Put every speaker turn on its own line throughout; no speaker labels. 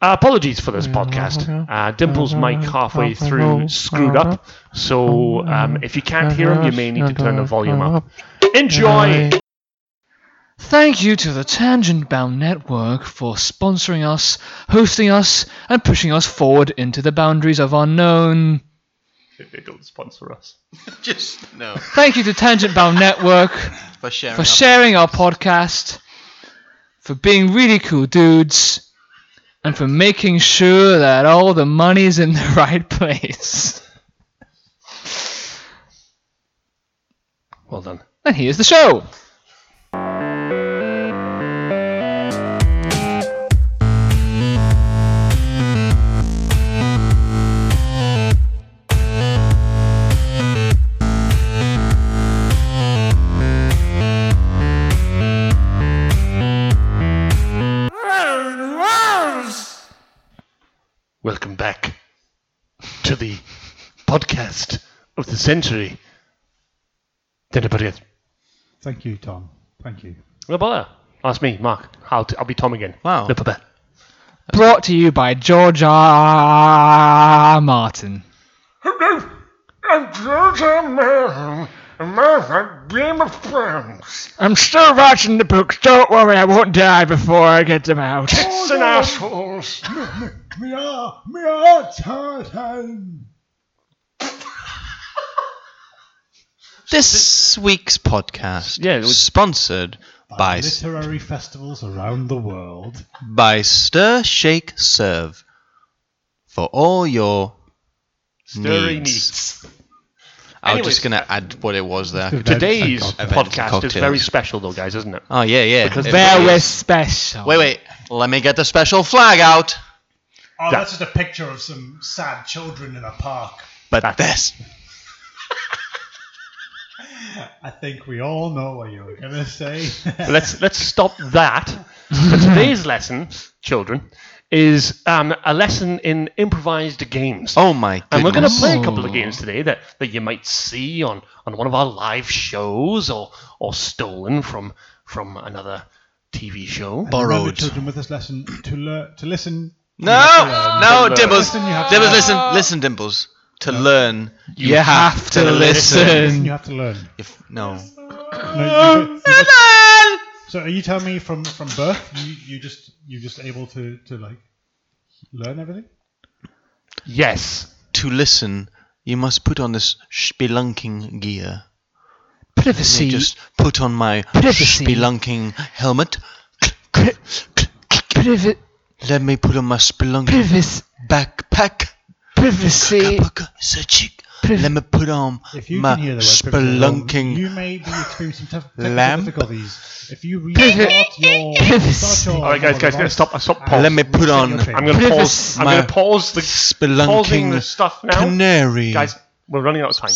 Uh, apologies for this podcast. Uh, Dimple's mic halfway Uh-huh. through screwed up, so um, if you can't hear him, you may
Uh-huh,
need to turn the volume up. Enjoy!
Thank you to the Tangent Bound Network for sponsoring us, hosting us, and pushing us forward into the boundaries of our known.
If they don't sponsor us.
Just no.
Thank you to Tangent Bound Network
For sharing.
for
up-
sharing our podcast, for being really cool dudes, and for making sure that all the money's in the right place.
Well done.
And here's the show.
Welcome back to the podcast of the century. Did anybody else?
Thank you, Tom. Thank you.
No bother. Ask me, Mark. I'll, t- I'll be Tom again.
Wow.
No bother.
Brought to you by George R. R. Martin. I'm still watching the books. Don't worry, I won't die before I get them out.
An assholes.
We are, we are Titan.
This week's podcast
Yeah, it was-
sponsored by s-
Literary festivals around the world.
by Stir Shake Serve for all your
Stirring
needs.
needs.
I was
Anyways.
just gonna add what it was there.
Today's
Thank
God.
podcast is
Cocktails.
very special, though, guys, isn't it?
Oh yeah, yeah.
Because
It
there
really
Very
is.
special.
Wait, wait. Let me get the special flag out.
Oh,
that's
that's just a picture of some sad children in a park.
But this.
I think we all know what you were going to say.
let's let's stop that. So today's lesson, children, is um, a lesson in improvised games.
Oh my goodness.
and we're going to play a couple of games today that, that you might see on, on one of our live shows or or stolen from from another TV show.
Remember,
borrowed.
children, with this lesson to learn, to listen.
No, no, Dibbles.
Listen, you have to
Dibbles,
learn.
listen, listen, Dimples. To learn,
You have to
Listen, you
listen.
have to learn.
if no.
Uh,
No, you- you just-
Learn!
so, are you telling me from from birth you you just you just able to to like learn everything?
Yes.
To listen, you must put on this spelunking gear.
Privacy.
I just put on my
Privacy.
spelunking helmet.
Privi-
Let me put on my spelunking
privis-
backpack.
privacy.
Let me put on
If you
my
can hear the word
um,
privacy, you
spelunking.
may be experiencing tough technical
Lamp.
difficulties. If you restart your, start your
All right, guys, guys, guys, stop, stop, pause.
Let me put on
I'm going to pause.
Privacy.
I'm going
My
to pause the pausing the
spelunking
stuff now.
canary.
Guys, we're running out of time.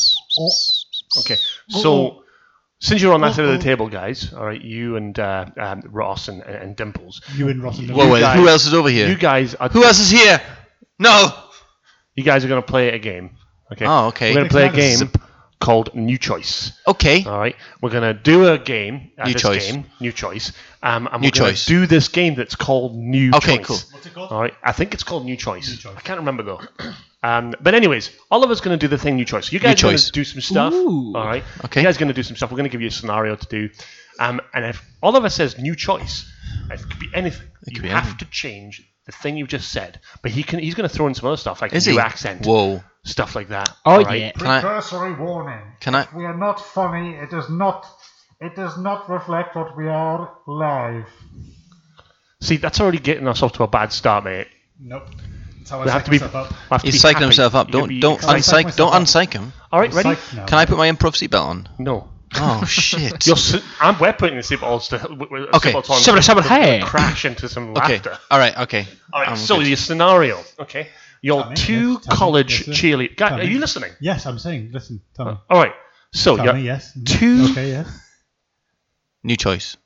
Okay, so since you're on that side of the table, guys, all right, you and uh, um, Ross and, and and Dimples,
You in Rotten.
Whoa,
You
wait,
guys-
who else is over here?
you guys are
Who else is here? No.
you guys are going to play a game. Okay.
Oh, okay.
We're going to play a
Exactly.
game called New Choice.
Okay.
All right, we're gonna do a game. Uh,
New
this
choice.
Game, new choice. Um, and
New
we're gonna
choice.
do this game that's called New
Okay,
Choice.
cool.
What's it called?
All right, I think it's called New Choice.
Choice.
I can't remember though. Um, but anyways, Oliver's gonna do the thing New Choice. You guys are
Choice.
gonna do some stuff.
Ooh.
All right.
Okay.
You guys are gonna do some stuff. We're gonna give you a scenario to do. Um, and if Oliver says New Choice, it could be anything. you
could be
have
anything.
to change the thing you just said. But he can. He's gonna throw in some other stuff like
Is
new
he?
accent,
Whoa.
stuff like that.
Oh,
all right?
yeah.
Can I?
Cursory warning.
Can I?
We are not funny. It does not. It does not reflect what we are live.
See, that's already getting us off to a bad start, mate.
Nope. That's how I
We
psych
have to be.
myself up.
we have to
He's
be
psyching
happy.
himself up.
You gotta
Don't
be
don't
excited.
psych
unsyke don't
myself
unsyke him.
All right, ready?
Psych now.
Can I put my improv seatbelt on?
No.
Oh shit.
You're. Si- I'm. We're putting the seatbelts to. w- w-
Okay.
seatbelts on
Shovel, shovel,
to
hey.
Crash into some
okay.
laughter.
All right. Okay.
All right.
I'm
so
good.
your scenario. Okay. Your
Tommy,
two
yes, Tommy,
college
yes, sir.
cheerleaders. Guy, are
Tommy.
you listening?
Yes, I'm saying. Listen, tell me.
All right.
Oh,
So
Tell
you're
me yes.
two-
Okay, yes.
new choice.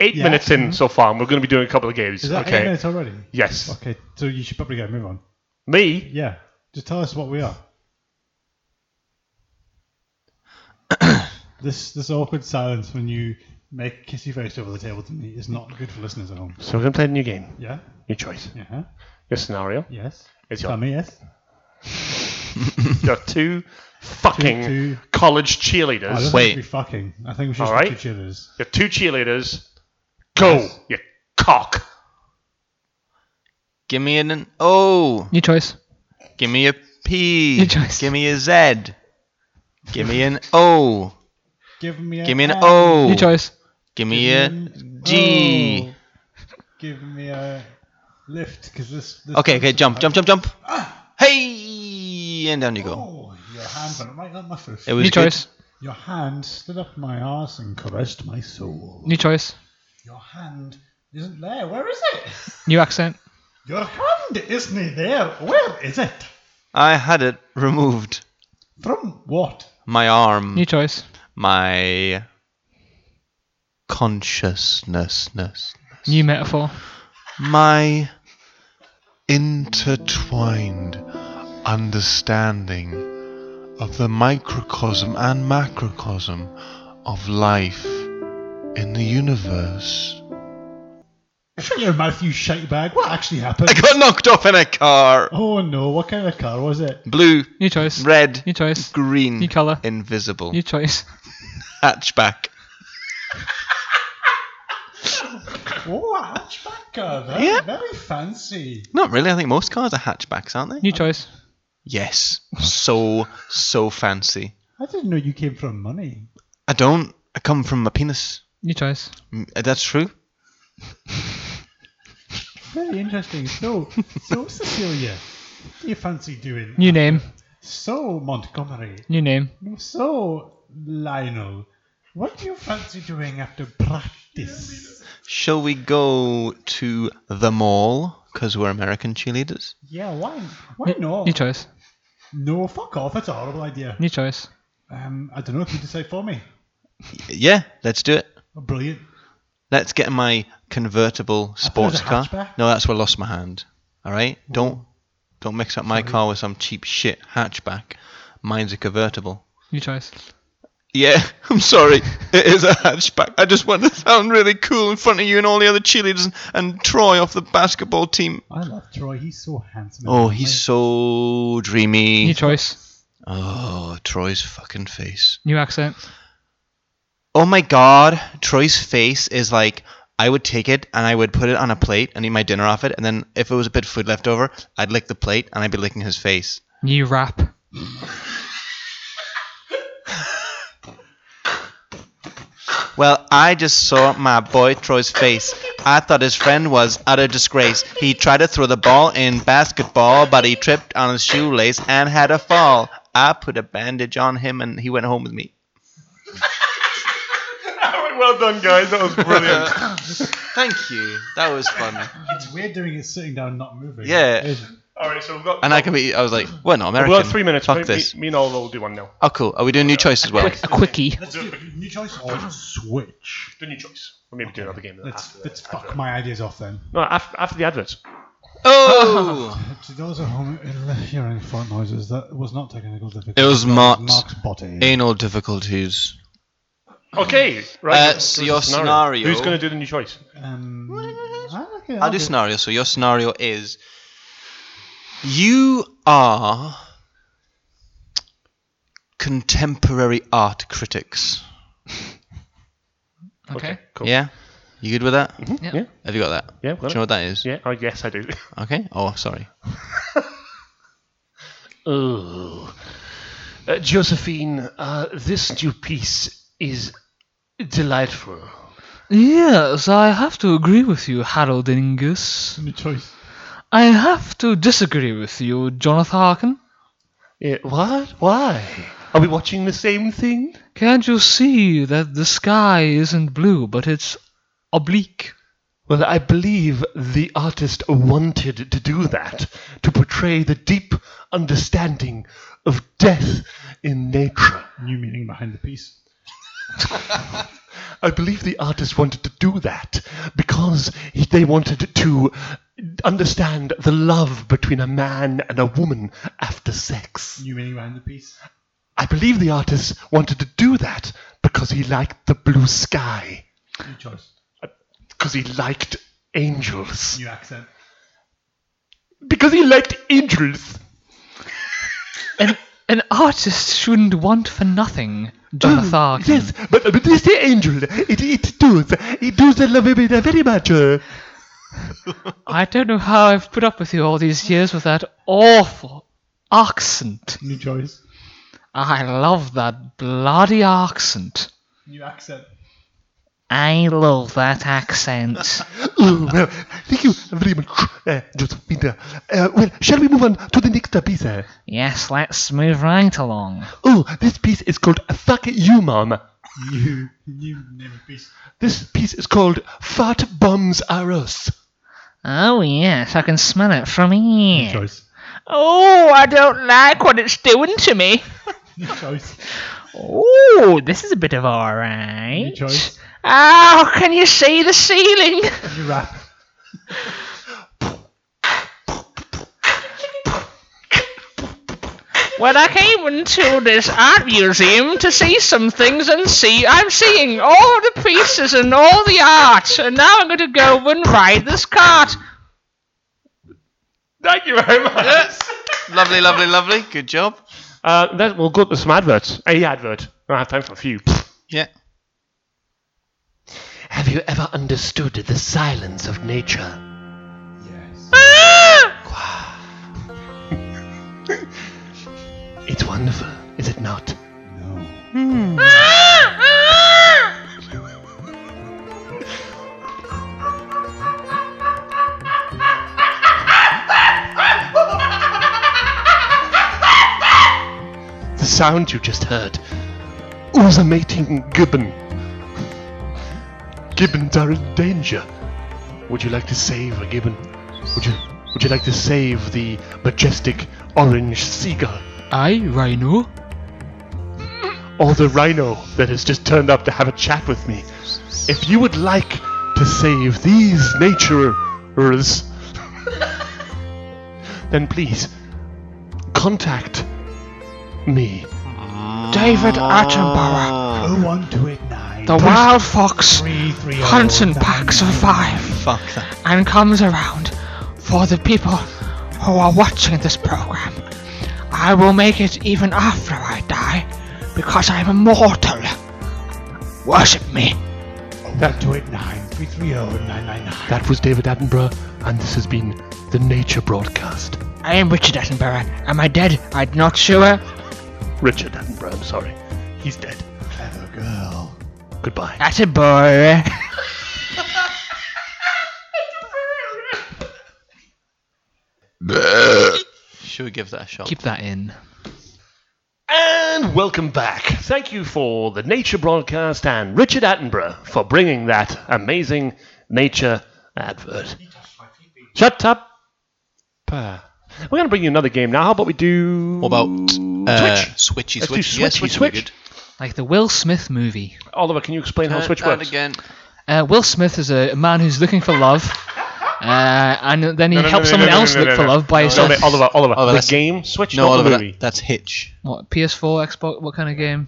eight
Yeah.
minutes in so far, and we're going to be doing a couple of games.
Is that
okay.
eight minutes already?
Yes.
Okay, so you should probably go move on.
Me.
Yeah. Just tell us what we are. this this awkward silence when you make kissy face over the table to me is not good for listeners at home.
So we're going to play a new game.
Yeah?
Your choice.
Yeah?
Your scenario.
Yes?
It's
Tell
your,
me yes?
your two fucking
Two- two-
college
I don't
cheerleaders.
think
Wait.
we should be fucking. I think we should
All
stick
right.
to cheerleaders.
Your two cheerleaders. Go,
Yes.
you cock.
Give me an O.
Your choice.
Give me a P.
Your choice.
Give me a Z. Give me an O.
Give me a
Give me an
N.
O.
Your choice.
Give
Give
me a
me an
G.
O. Oh, Give me a lift, because this, this.
Okay, okay, jump, jump, jump, jump. Hey, and down you go.
Oh, your hand went right up my foot.
It was
Your
good.
choice.
Your hand stood up my arse and caressed my soul.
Your choice.
Your hand isn't there. Where is it?
New accent.
Your hand isn't there. Where is it?
I had it removed.
From what?
My arm.
New choice.
My consciousnessness.
New metaphor.
my intertwined understanding of the microcosm and macrocosm of life in the universe.
Shut your mouth, you shitebag. What actually happened?
I got knocked off in a car.
Oh no, what kind of car was it?
Blue,
New choice.
red,
New choice.
green,
New colour.
invisible,
New choice.
hatchback.
Oh, a hatchback car. Very,
Yeah.
very fancy.
Not really. I think most cars are hatchbacks, aren't they?
New choice.
Yes. So, so fancy.
I didn't know you came from money.
I don't. I come from a penis.
New choice.
Mm, That's true.
Very interesting. So, so Cecilia, what do you fancy doing?
New name.
So Montgomery.
New name.
So Lionel, what do you fancy doing after practice?
Shall we go to the mall? Because we're American cheerleaders.
Yeah, why? Why
New
not?
choice.
No, fuck off. That's a horrible idea.
New choice.
Um, I don't know if you decide for me.
Y- Yeah, let's do it.
Oh, brilliant.
Let's get in my convertible sports
a
car.
hatchback.
No, that's where I lost my hand. All right, don't don't mix up my car with some cheap shit hatchback. Mine's a convertible.
New choice.
Yeah, I'm sorry. It is a hatchback. I just want to sound really cool in front of you and all the other cheerleaders and, and Troy off the basketball team.
I love Troy. He's so handsome. and
Oh,
lovely.
he's so
New
dreamy.
choice.
Oh, Troy's fucking face.
New accent.
Oh my god, Troy's face is like I would take it and I would put it on a plate and eat my dinner off it, and then if it was a bit of food left over, I'd lick the plate and I'd be licking his face.
New rap.
Well, I just saw my boy Troy's face. I thought his friend was utter disgrace. He tried to throw the ball in basketball, but he tripped on his shoelace and had a fall. I put a bandage on him and he went home with me.
Well done, guys. That was brilliant.
Thank you. That was fun.
It's weird doing it sitting down, not moving.
Yeah.
Isn't
All right, so we've got.
And I could be, I was like, well, no,
we've
American.
got three minutes.
Fuck
me,
this.
Me, me and all will do one now.
Oh, cool. Are we doing new choice as well?
Quick, a quickie.
it? Let's do new choice or Oh, switch.
Do new choice. Or maybe do another game.
Let's
After,
let's fuck my ideas off then.
no, after, after the adverts.
Oh!
To those at home uh, hearing fart noises, that was not technical difficulty.
It was
That
Mark's-
Mark's body.
Anal difficulties.
Okay,
Uh,
right. let's
so
do
your
the
scenario-
Who's going to do the new choice?
Um, I reckon
I'll do scenario. So your scenario is you are contemporary art critics.
Okay.
Oh.
Cool.
Yeah? You good with that?
Mm-hmm.
Yeah.
Yeah.
Have you got that?
Yeah, got
Do
it.
you know what that is?
Yeah. Oh, yes, I do.
Okay. Oh, sorry.
Oh, uh, Josephine, uh, this new piece is delightful.
Yes, I have to agree with you, Harold Ingus.
New choice.
I have to disagree with you, Jonathan Harkin.
Yeah, what? Why? Are we watching the same thing?
Can't you see that the sky isn't blue, but it's oblique?
Well, I believe the artist wanted to do that, to portray the deep understanding of death in nature.
New meaning behind the piece.
I believe the artist wanted to do that because he, they wanted to understand the love between a man and a woman after sex.
New meaning behind the piece.
I believe the artist wanted to do that because he liked the blue sky.
Your choice.
Because he liked angels.
New accent.
Because he liked angels.
An, an artist shouldn't want for nothing, Jonathan.
Yes, but, but this angel, it, it does. It does love me very much. uh.
I don't know how I've put up with you all these years with that awful accent.
New choice.
I love that bloody accent.
New accent.
I love that accent.
Oh, well, thank you very much, uh, Josephina. Uh, well, shall we move on to the next uh, piece? uh?
yes, let's move right along.
Oh, this piece is called Fuck You, Mom.
New new name of beast.
This piece is called Fat Bums Are Us.
Oh, yes, I can smell it from here.
New choice.
Oh, I don't like what it's doing to me.
New choice.
Oh, this is a bit of alright.
New choice.
Oh, can you see the ceiling?
New rap.
When I came into this art museum to see some things and see, I'm seeing all the pieces and all the art, and now I'm going to go and ride this cart.
Thank you very much.
Yes. lovely, lovely, lovely. Good job.
Uh, that, we'll go to some adverts. A advert. I have time for a few.
Yeah.
Have you ever understood the silence of nature?
Yes.
It's wonderful, is it not?
No.
The sound you just heard was a mating gibbon. Gibbons are in danger. Would you like to save a gibbon? Would you would you like to save the majestic orange seagull
I, Rhino?
or the rhino that has just turned up to have a chat with me? If you would like to save these naturers, then please contact me.
David Attenborough.
Oh.
01289.
The wild fox
Three, three, oh,
hunts in
nine,
packs of
nine.
five
Fuck that.
and comes around for the people who are watching this program. I will make it even after I die because I'm immortal. Worship me.
01289. 330
That was David Attenborough, and this has been the Nature Broadcast.
I am Richard Attenborough. Am I dead? I'm not sure.
Richard Attenborough, I'm sorry. He's dead.
Clever girl.
Goodbye.
Attenborough.
Should we give that a shot?
that in.
And welcome back. Thank you for the Nature Broadcast and Richard Attenborough for bringing that amazing nature advert. Shut up. Pa. We're going to bring you another game now. How about we do.
what about uh, switchy
Let's do
switch? yes,
switchy
switch.
switch.
Good.
Like the Will Smith movie.
Oliver, can you explain how Switch
Turn that
works?
again.
Uh, Will Smith is a man who's looking for love, uh, and then he
no,
helps
no,
someone
no, no,
else
no,
look
no,
for
no.
love
No,
by himself.
wait, Oliver, Oliver,
Oliver,
the
that's-
game Switch,
No,
not
Oliver,
the movie.
that, that's Hitch.
What PS4, Xbox? What kind of game?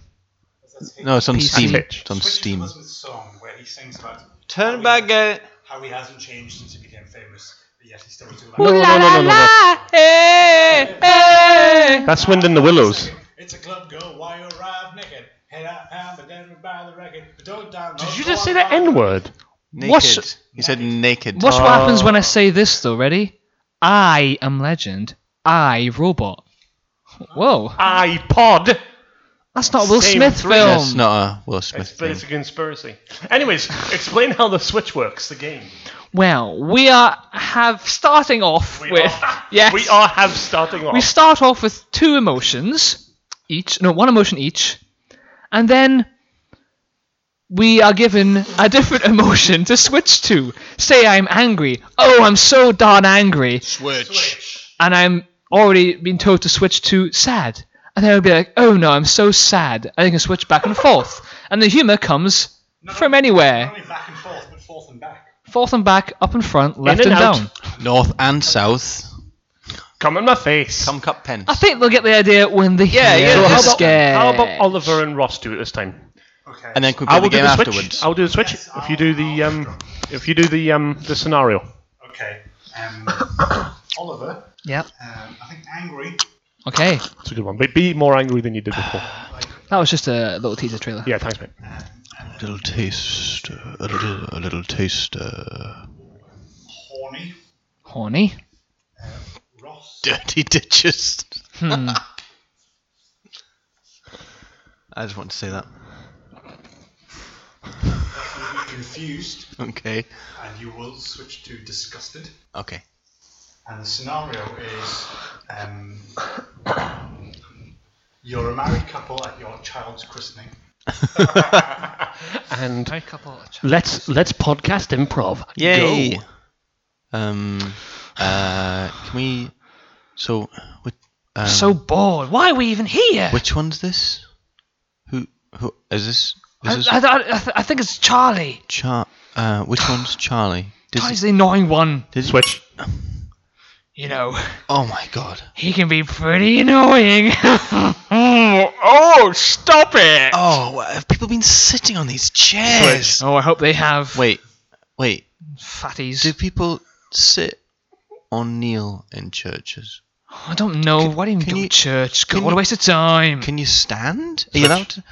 No, it's on
PC.
Steam.
Hitch.
It's on Steam.
was his song where he sings about
Turn back. uh, out.
how he hasn't changed since he became famous, but yet he still does it.
No, no, no, no, no, no. That's Wind in the Willows.
It's a club girl, why you arrive naked? Head out pound, but then we buy the record. But don't download.
Did you just say the N word?
Naked.
What's-
He said naked.
Watch what happens
Oh.
when I say this, though. Ready? I am Legend. I Robot. Whoa,
iPod.
that's not a Will
Same
Smith
three.
film.
That's not a Will Smith
It's, but
thing.
it's a conspiracy. Anyways, explain how the Switch works, the game.
Well, we are have starting off
We
with
are,
yes.
we are have starting off.
We start off with two emotions each, no, one emotion each, and then we are given a different emotion to switch to. Say I'm angry. Oh, I'm so darn angry.
Switch.
And I'm already been told to switch to sad. And then I'll be like, oh no, I'm so sad. And you can switch back and forth. And the humor comes from anywhere.
Not only back and forth, but forth and back.
Forth and back, up and front, left
and
and,
out.
down.
North and south.
Come in my face.
Come cup pens.
I think they'll get the idea when they
Yeah,
hear
yeah,
So
I'm
how,
just
about,
scared.
how about Oliver and Ross do it this time?
Okay.
and then could
I
play the
will do
game
the switch.
afterwards.
I will do the switch
Yes,
if you do the
I'll-
um, if you do the um, the scenario.
okay. Um, Oliver,
Yep.
um, I think angry.
Okay.
It's a good one. But be more angry than you did before.
That was just a little teaser trailer.
Yeah, thanks, mate.
A little taste, a little, a little
uh,
taster.
Horny.
Horny.
Ross.
Dirty ditches.
Hmm.
I just want to say that.
You'll be confused,
Okay.
and you will switch to disgusted.
Okay.
And the scenario is um, you're a married couple at your child's christening.
And
Married couple.
let's let's podcast improv.
Yay.
Go.
Um. Uh. Can we? So, which, um,
So bored. Why are we even here?
which one's this? Who? Who is this?
I,
Uh,
Is this
I, I, I, th- I think it's Charlie.
Char? Uh. Which one's Charlie? Does he-
Charlie's the annoying one.
did he-
Switch.
You know,
Oh my god.
he can be pretty annoying. oh, stop it!
Oh, wha- have people been sitting on these chairs?
Oh, I hope they have
Wait, wait.
fatties.
Do people sit or kneel in churches?
I don't know.
Can-
Why do you even
can
do
you-
church? God,
can
what a
you-
waste of time.
Can you stand? Are you allowed to?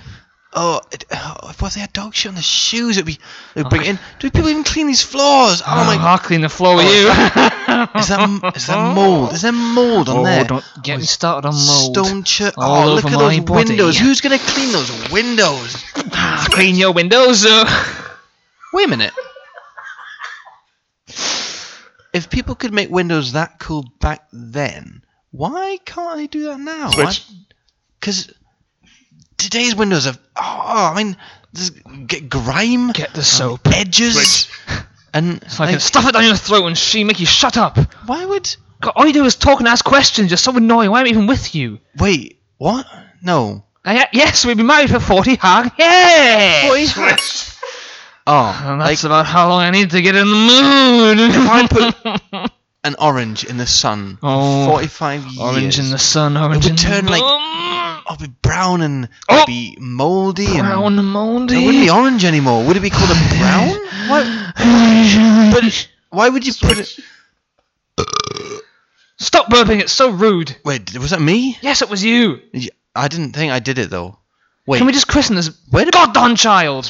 Oh, it, oh, if they had dog shit on their shoes, it'd be. It'd
Uh-huh.
bring it in. Do people even clean these floors? Oh my.
Ah, I'll clean the floor with
Oh,
you.
Is that is that mold? Is there mold on
oh,
there?
don't get me started on mold.
Stone church.
all
Oh, look
over
at
my
those
body.
windows. Who's gonna clean those windows?
Ah, clean your windows. uh.
Wait a minute. If people could make windows that cool back then, why can't they do that now?
Switch.
Because today's windows have. Oh, I mean, there's g- grime,
Get the soap.
edges, and
So I can
like,
stuff it down your throat and she make you shut up.
why would?
God, all you do is talk and ask questions. You're so annoying. Why am I even with you?
Wait, what? No.
I, yes, we've been married for 40 hard. Yeah!
What is Oh,
And that's about how long I need to get in the mood.
an orange in the sun.
Oh,
Forty-five years.
orange in the sun, orange
would
in
turn,
the
like,
moon.
I'll be brown and it'd
Oh!
be mouldy and.
brown moldy.
It wouldn't be orange anymore. Would it be called a brown? Why,
But
why would you put it?
stop burping. It's so rude.
Wait, was that me?
Yes, it was you.
Y- I didn't think I did it though. Wait,
Can we just christen this
Where did-
goddamn child?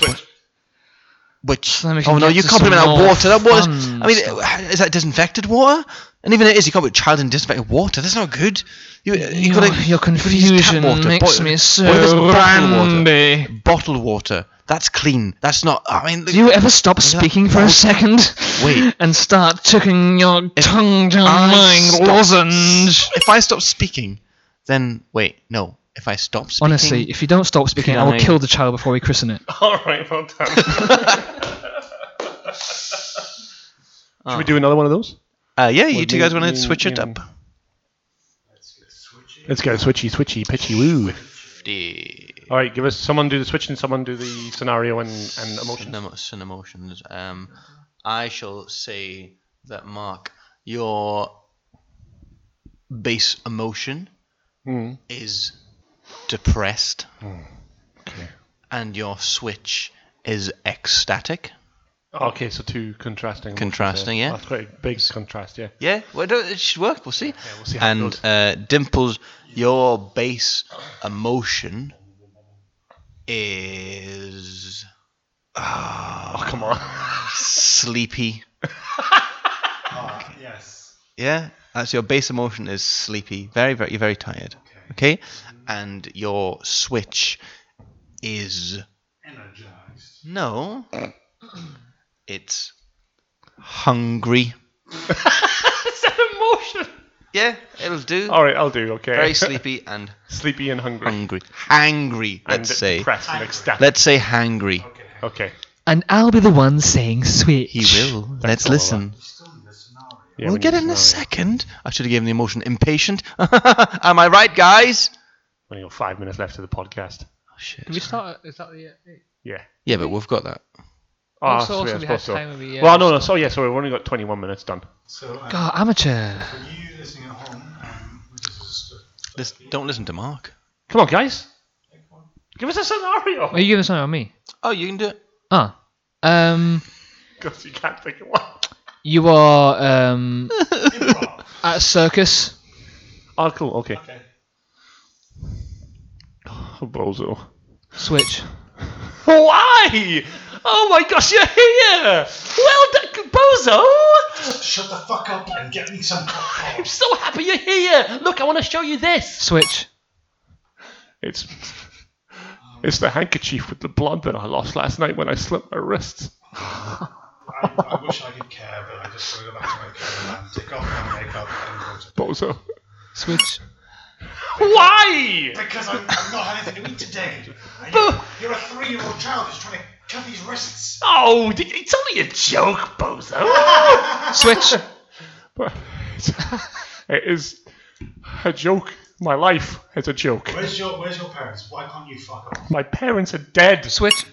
which?
Let me
Oh no,
get
you
to
can't put
some
it in that
more
water. That water's.
fun
I mean,
stuff.
is that disinfected water? And even if it is, you can't put child in disinfected water. That's not good. You, you
your,
gotta
your confusion
water,
makes
boil-
me
boil this
so
bottled water.
randy.
bottle water. That's clean. That's not. I mean,
Do you ever stop speaking for a second?
Wait.
And start chucking your tongue down
I
my
stop-
lozenge.
if I stop speaking, then wait, no. If I stop speaking,
Honestly, if you don't stop speaking, I will
Fine.
kill the child before we christen it.
All right, well done.
Should we do another one of those?
uh, yeah, you two
me-
guys want
me-
to switch it
me-
up.
Let's go switchy, switchy, pitchy, woo. All right, give us someone do the switch and someone do the scenario and and emotion.
Emotions and emotions. Um, I shall say that Mark, your base emotion Hmm. is depressed, and your switch is ecstatic.
Okay, so two contrasting. emotions there.
Contrasting, yeah.
That's quite a big contrast, yeah.
Yeah, well, it it should work. We'll see.
we'll see how it
and
goes.
uh, Dimples, your base emotion is
Oh, come on.
sleepy.
Ah, yes.
Yeah, that's your base emotion is sleepy. Very, very, you're very tired. Okay. and your switch is
Energized.
no. It's hungry. is that emotion? Yeah, it'll do.
All right, I'll do. Okay.
Very sleepy and
Sleepy and hungry.
hungry. Hangry,
and
let's say.
depressed and ecstatic.
Let's say hangry.
Okay.
okay.
And I'll be the one saying switch.
He will.
Thanks a
Let's
lot.
listen.
We're still in the scenario.
Yeah,
we'll
we
get
need
it in a
scenario.
second. I should have given the emotion impatient. Am I right, guys?
Only got five minutes left of the podcast.
Oh, shit.
start? Is that the?
Yeah.
Yeah, but we've got that.
Oh,
Also-
sorry, I
also we
suppose
have
so.
time we, uh,
well, no, no. So yeah, sorry, we've only got 21 minutes done.
So, um,
God, Ah, amateur.
for you listening at home, um, this is just
Lis- don't listen to Mark.
Come on, guys.
a quick one.
Give us a scenario.
Are you giving something on me?
Oh, you can do it.
Ah. Um,
Because you can't think of one.
you are um, at a circus.
Oh, cool. Okay. Oh, bozo.
Switch.
Why? Oh my gosh, you're here! Well done, bozo!
Shut the fuck up and get me some popcorn.
I'm so happy you're here. Look, I want to show you this.
Switch.
It's it's the handkerchief with the blood that I lost last night when I slipped my wrists.
I, I wish I did care, but I just want to go back to my cabin and take off my makeup and go to
Bozo.
Switch.
Why?
Because I'm, I'm not having anything to eat today. And
Boo.
you're, you're a three-year-old child who's trying to cut these wrists.
Oh, d- it's only a joke, bozo.
Switch.
But it is a joke. My life is a joke.
Where's your Where's your parents? Why can't you fuck off?
My parents are dead.
Switch.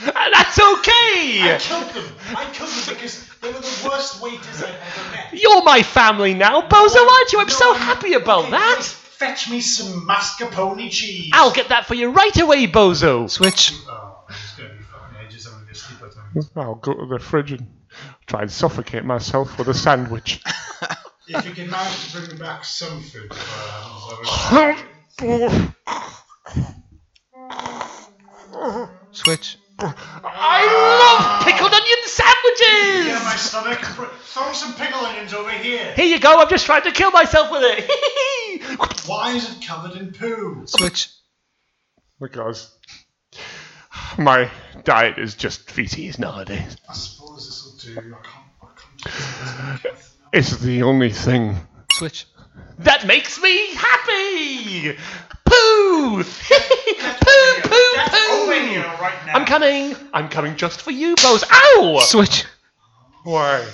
And Uh, that's okay.
I killed them. I killed them because they were the worst waiters I've ever met.
You're my family now, bozo, aren't you? I'm
No,
so
I'm-
happy about
Okay, right,
that.
Fetch me some mascarpone cheese.
I'll get that for you right away, bozo.
Switch.
Oh, it's gonna be fucking ages. I'm gonna be asleep by the time.
I'll go to the fridge and try and suffocate myself with a sandwich.
If you can manage to bring me back some food, uh, I would-
I
Switch.
love pickled onion
Yeah, my
sandwiches!
stomach. Br- Throw some pickle onions over here.
Here you go, I've just tried to kill myself with it.
Why is it covered in poo?
Switch.
because my diet is just feces nowadays.
I suppose this will do. I can't. I can't. do this. It's gonna
It's the only thing
Switch.
that makes me happy! Poo!
be
poo,
healthy.
poo,
That's over here
poo!
right now.
I'm coming! I'm coming just for you, Bose. Ow!
Switch.
Why?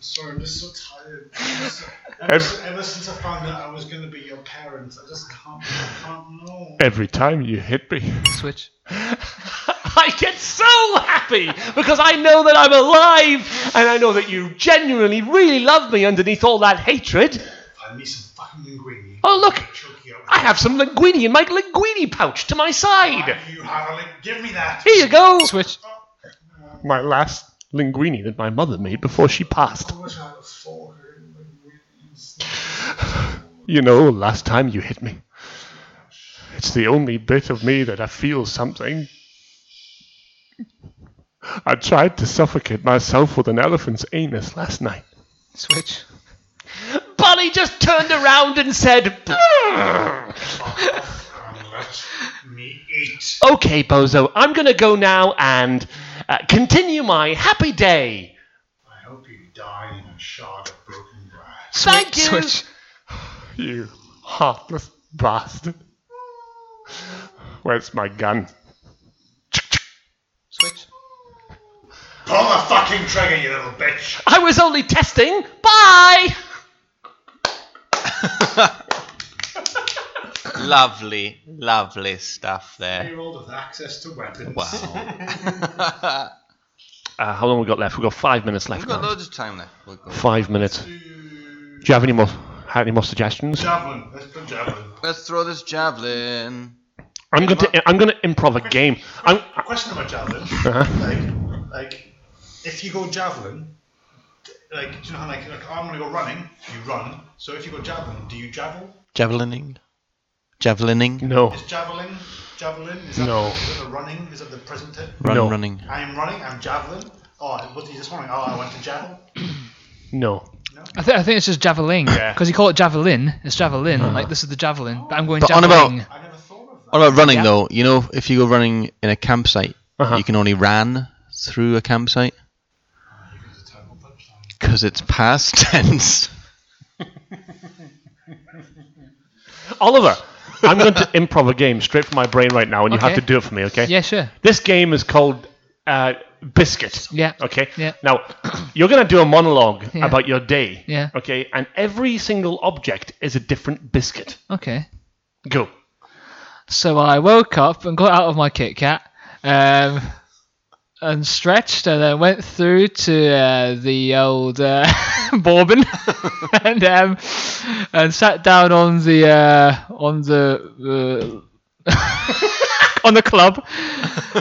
Sorry, I'm just so tired. I'm so- Ever,
Ev-
ever since I found out I was going to be your parents, I just can't. I can't know.
Every time you hit me.
Switch.
I get so happy because I know that I'm alive and I know that you genuinely really love me underneath all that hatred.
Find me some fucking linguine.
Oh, look,
Choke you up.
I have some linguini in my linguini pouch to my side.
You have a link. Give me that.
Here you go.
Switch.
My last linguini that my mother made before she passed.
I wish I had a fork. or linguines.
You know, last time you hit me. It's the only bit of me that I feel something. I tried to suffocate myself with an elephant's anus last night.
Switch.
Bonnie just turned around and said,
And let me eat.
Okay, Bozo, I'm going to go now and uh, continue my happy day.
I hope you die in a shard of broken glass.
Thank you.
Switch.
You heartless bastard. Where's my gun?
Switch.
Pull the fucking trigger, you little bitch.
I was only testing. Bye!
Lovely, lovely stuff there.
Year old with access to weapons.
Wow.
Uh, how long we got left? We've got five minutes left.
We've got
guys.
loads of time left. We'll go.
Five minutes. Do you have any more? Have any more suggestions?
Javelin. Let's put javelin.
Let's throw this javelin.
I'm going to. I'm going to improv a game. I'm.
A question about javelin. Like, like, if you go javelin, like, do you know how like, like I'm gonna go running. You run. So if you go javelin, do you javel?
Javelining? Javelining?
No.
Is javelin javelin? Is that,
No.
Is that the running? Is that the present tense?
Run,
No.
running.
I'm running. I'm javelin. Oh, what did you this morning? Oh, I went to javel.
No.
I, th- I think it's just javelin.
Yeah. Uh-huh.
Because you call it javelin. It's javelin. Like, this is the javelin. But I'm going
But on
javelin.
about-
I never thought of that.
What about running though? You know, if you go running in a campsite,
Uh-huh.
you can only ran through a campsite because it's past tense.
Oliver, I'm going to improv a game straight from my brain right now, and you have
Okay.
to do it for me, okay?
Yeah, sure.
This game is called uh, Biscuit.
Yeah.
Okay.
Yeah.
Now, you're going to do a monologue
Yeah.
about your day.
Yeah.
Okay. And every single object is a different biscuit.
Okay.
Go.
So I woke up and got out of my Kit Kat um, and stretched and then went through to uh, the old uh, bourbon and um, and sat down on the uh, on the uh, on the club.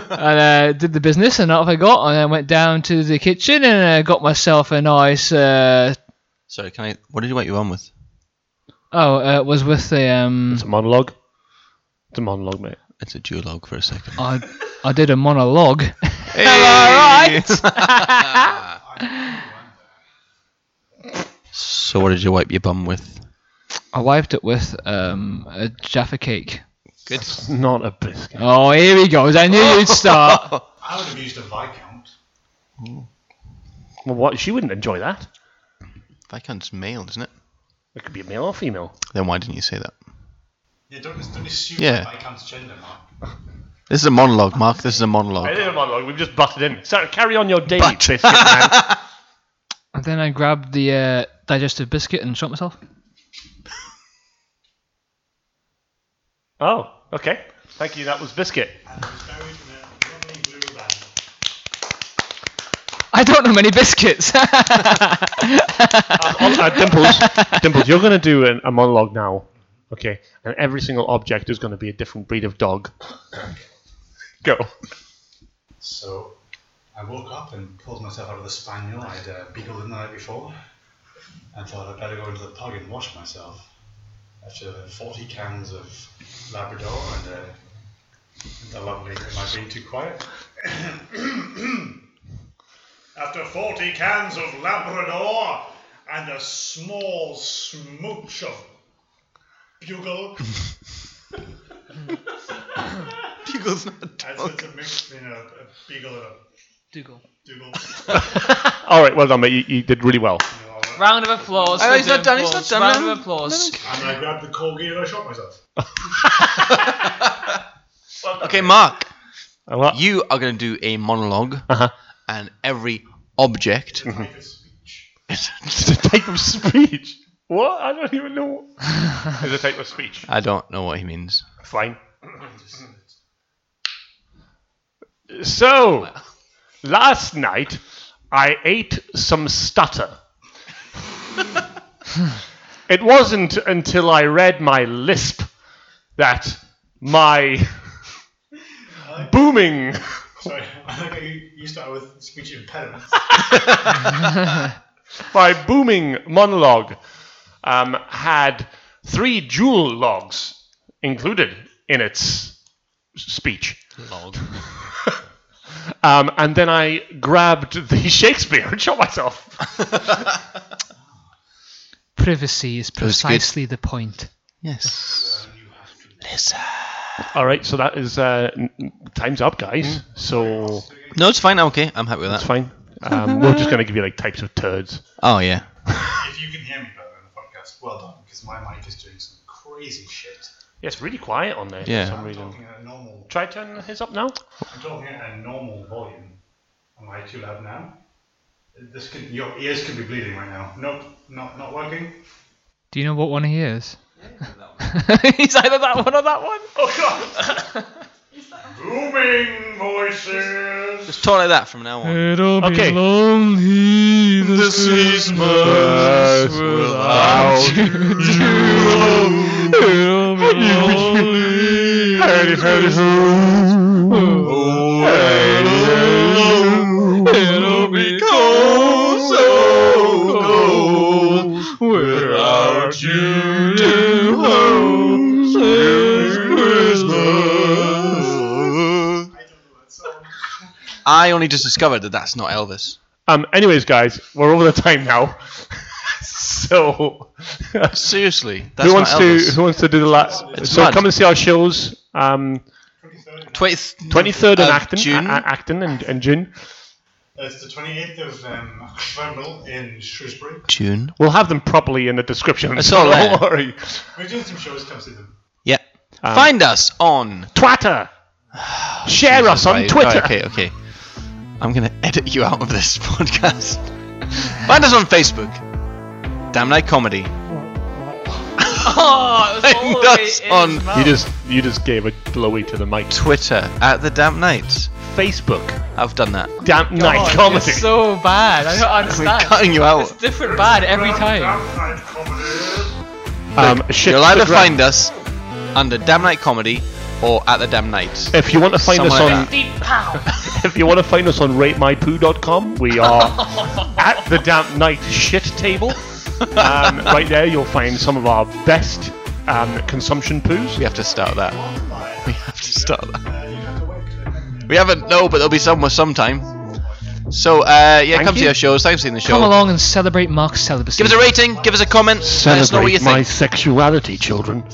and uh, did the business, and off I got. And I went down to the kitchen and I got myself a nice. Uh,
Sorry, can I? What did you wait you on with?
oh, uh, it was with the. Um,
It's a monologue. It's a monologue, mate.
It's a duologue for a second.
I, I did a monologue.
so what did you wipe your bum with?
I wiped it with um, a Jaffa cake.
Good.
It's not a biscuit.
Oh, here he goes. I knew you'd start.
I would have used a Viscount.
Well, what? She wouldn't enjoy that.
Viscount's male, isn't it?
It could be male or female.
Then why didn't you say that?
Yeah, don't, don't assume
Yeah.
that Viscount's gender, Mark.
This is a monologue, Mark. This is a monologue.
a monologue. We've just butted in. Sarah, carry on your day, biscuit man.
And then I grabbed the uh, digestive biscuit and shot myself.
oh, okay. Thank you. That was biscuit.
And was buried in a lovely blue band.
I don't know many biscuits.
Uh, Dimples, Dimples, you're going to do an, a monologue now, okay? And every single object is going to be a different breed of dog. Go.
So I woke up and pulled myself out of the spaniel I'd uh, beagled in the night before and thought I'd better go into the pub and wash myself after 40 cans of Labrador and uh, the lovely, am I being too quiet? after 40 cans of Labrador and a small smooch of bugle.
Bugle's not a
That's it's a mix between a, a beagle and a bugle.
All right, well done, mate. You, you did really well.
Round of applause.
Oh, he's not done, he's not done,
Round
man.
of applause.
And I grabbed the corgi and I shot myself.
Okay, Mark.
A lot.
You are going to do a monologue,
Uh-huh.
and every object
Make a speech.
It's a type of speech. What? I don't even know. It's a type of speech.
I don't know what he means.
Fine. So, last night I ate some stutter. it wasn't until I read my lisp that my booming.
Sorry, I think you, you start with speech impediments.
my booming monologue um, had three jewel logs included in its speech.
Log.
Um, and then I grabbed the Shakespeare and shot myself.
Privacy is
was good.
precisely the point.
Yes.
All right, so that is uh, n- n- time's up, guys. So
No, it's fine. Okay, I'm happy with
it's
that.
fine. Um, we're just going to give you like types of turds.
Oh yeah.
if you can hear me better in the podcast, well done, because my mic is doing some crazy shit.
Yeah, it's really quiet on there
Yeah.
for some
I'm
reason.
talking at a normal.
Try turning his up now.
I'm talking at a normal volume. Am I too loud now? This can, your ears could be bleeding right now. Nope, not not working.
Do you know what one he is? he's either that one or that one.
Oh,
Booming voices.
Just talk like that from now on.
It'll be
Okay.
lonely this Christmas without you. It'll be lonely this Christmas. It'll be cold, so cold without you to hold this Christmas.
I only just discovered that that's not Elvis.
Um, anyways, guys, we're over the time now. so
Seriously, that's
who wants
not
to
Elvis.
who wants to do the last? so
mad.
come and see our shows. Um,
Twenty
twenty third Uh, in
Of
Acton,
June?
A- A- Acton and, and June.
It's the 28th of um, November in Shrewsbury.
June.
We'll have them properly in the description.
It's all
Don't
there.
worry.
We're doing some shows. Come see them.
Yeah.
um,
Find us on
Twitter. Share us on
Right,
Twitter.
right, okay, okay. I'm gonna edit you out of this podcast. Find us on Facebook. Damn Night Comedy.
Oh,
Find us on
You just you just gave a blowy to the mic.
Twitter at the Damp Nights.
Facebook.
I've done that.
Damp night comedy.
It's so bad. I don't
We're
understand.
cutting you out.
It's different bad every time.
um, shit
You'll
to the
either
ground.
find us under Damn Night Comedy or at the damn night.
If you want to find us on,
Somewhere
if you want to find us on ratemypoo.com, we are at the damp night shit table. Um, right there, you'll find some of our best um, consumption poos.
We have to start that. We have to start that. We haven't. No, but there'll be somewhere sometime. So uh, yeah,
Thank
come
you.
to our shows. Thanks for seeing the show.
Come along and celebrate Mark's celibacy.
Give us a rating. Give us a comment. let us know what you
Celebrate my
think.
sexuality, children.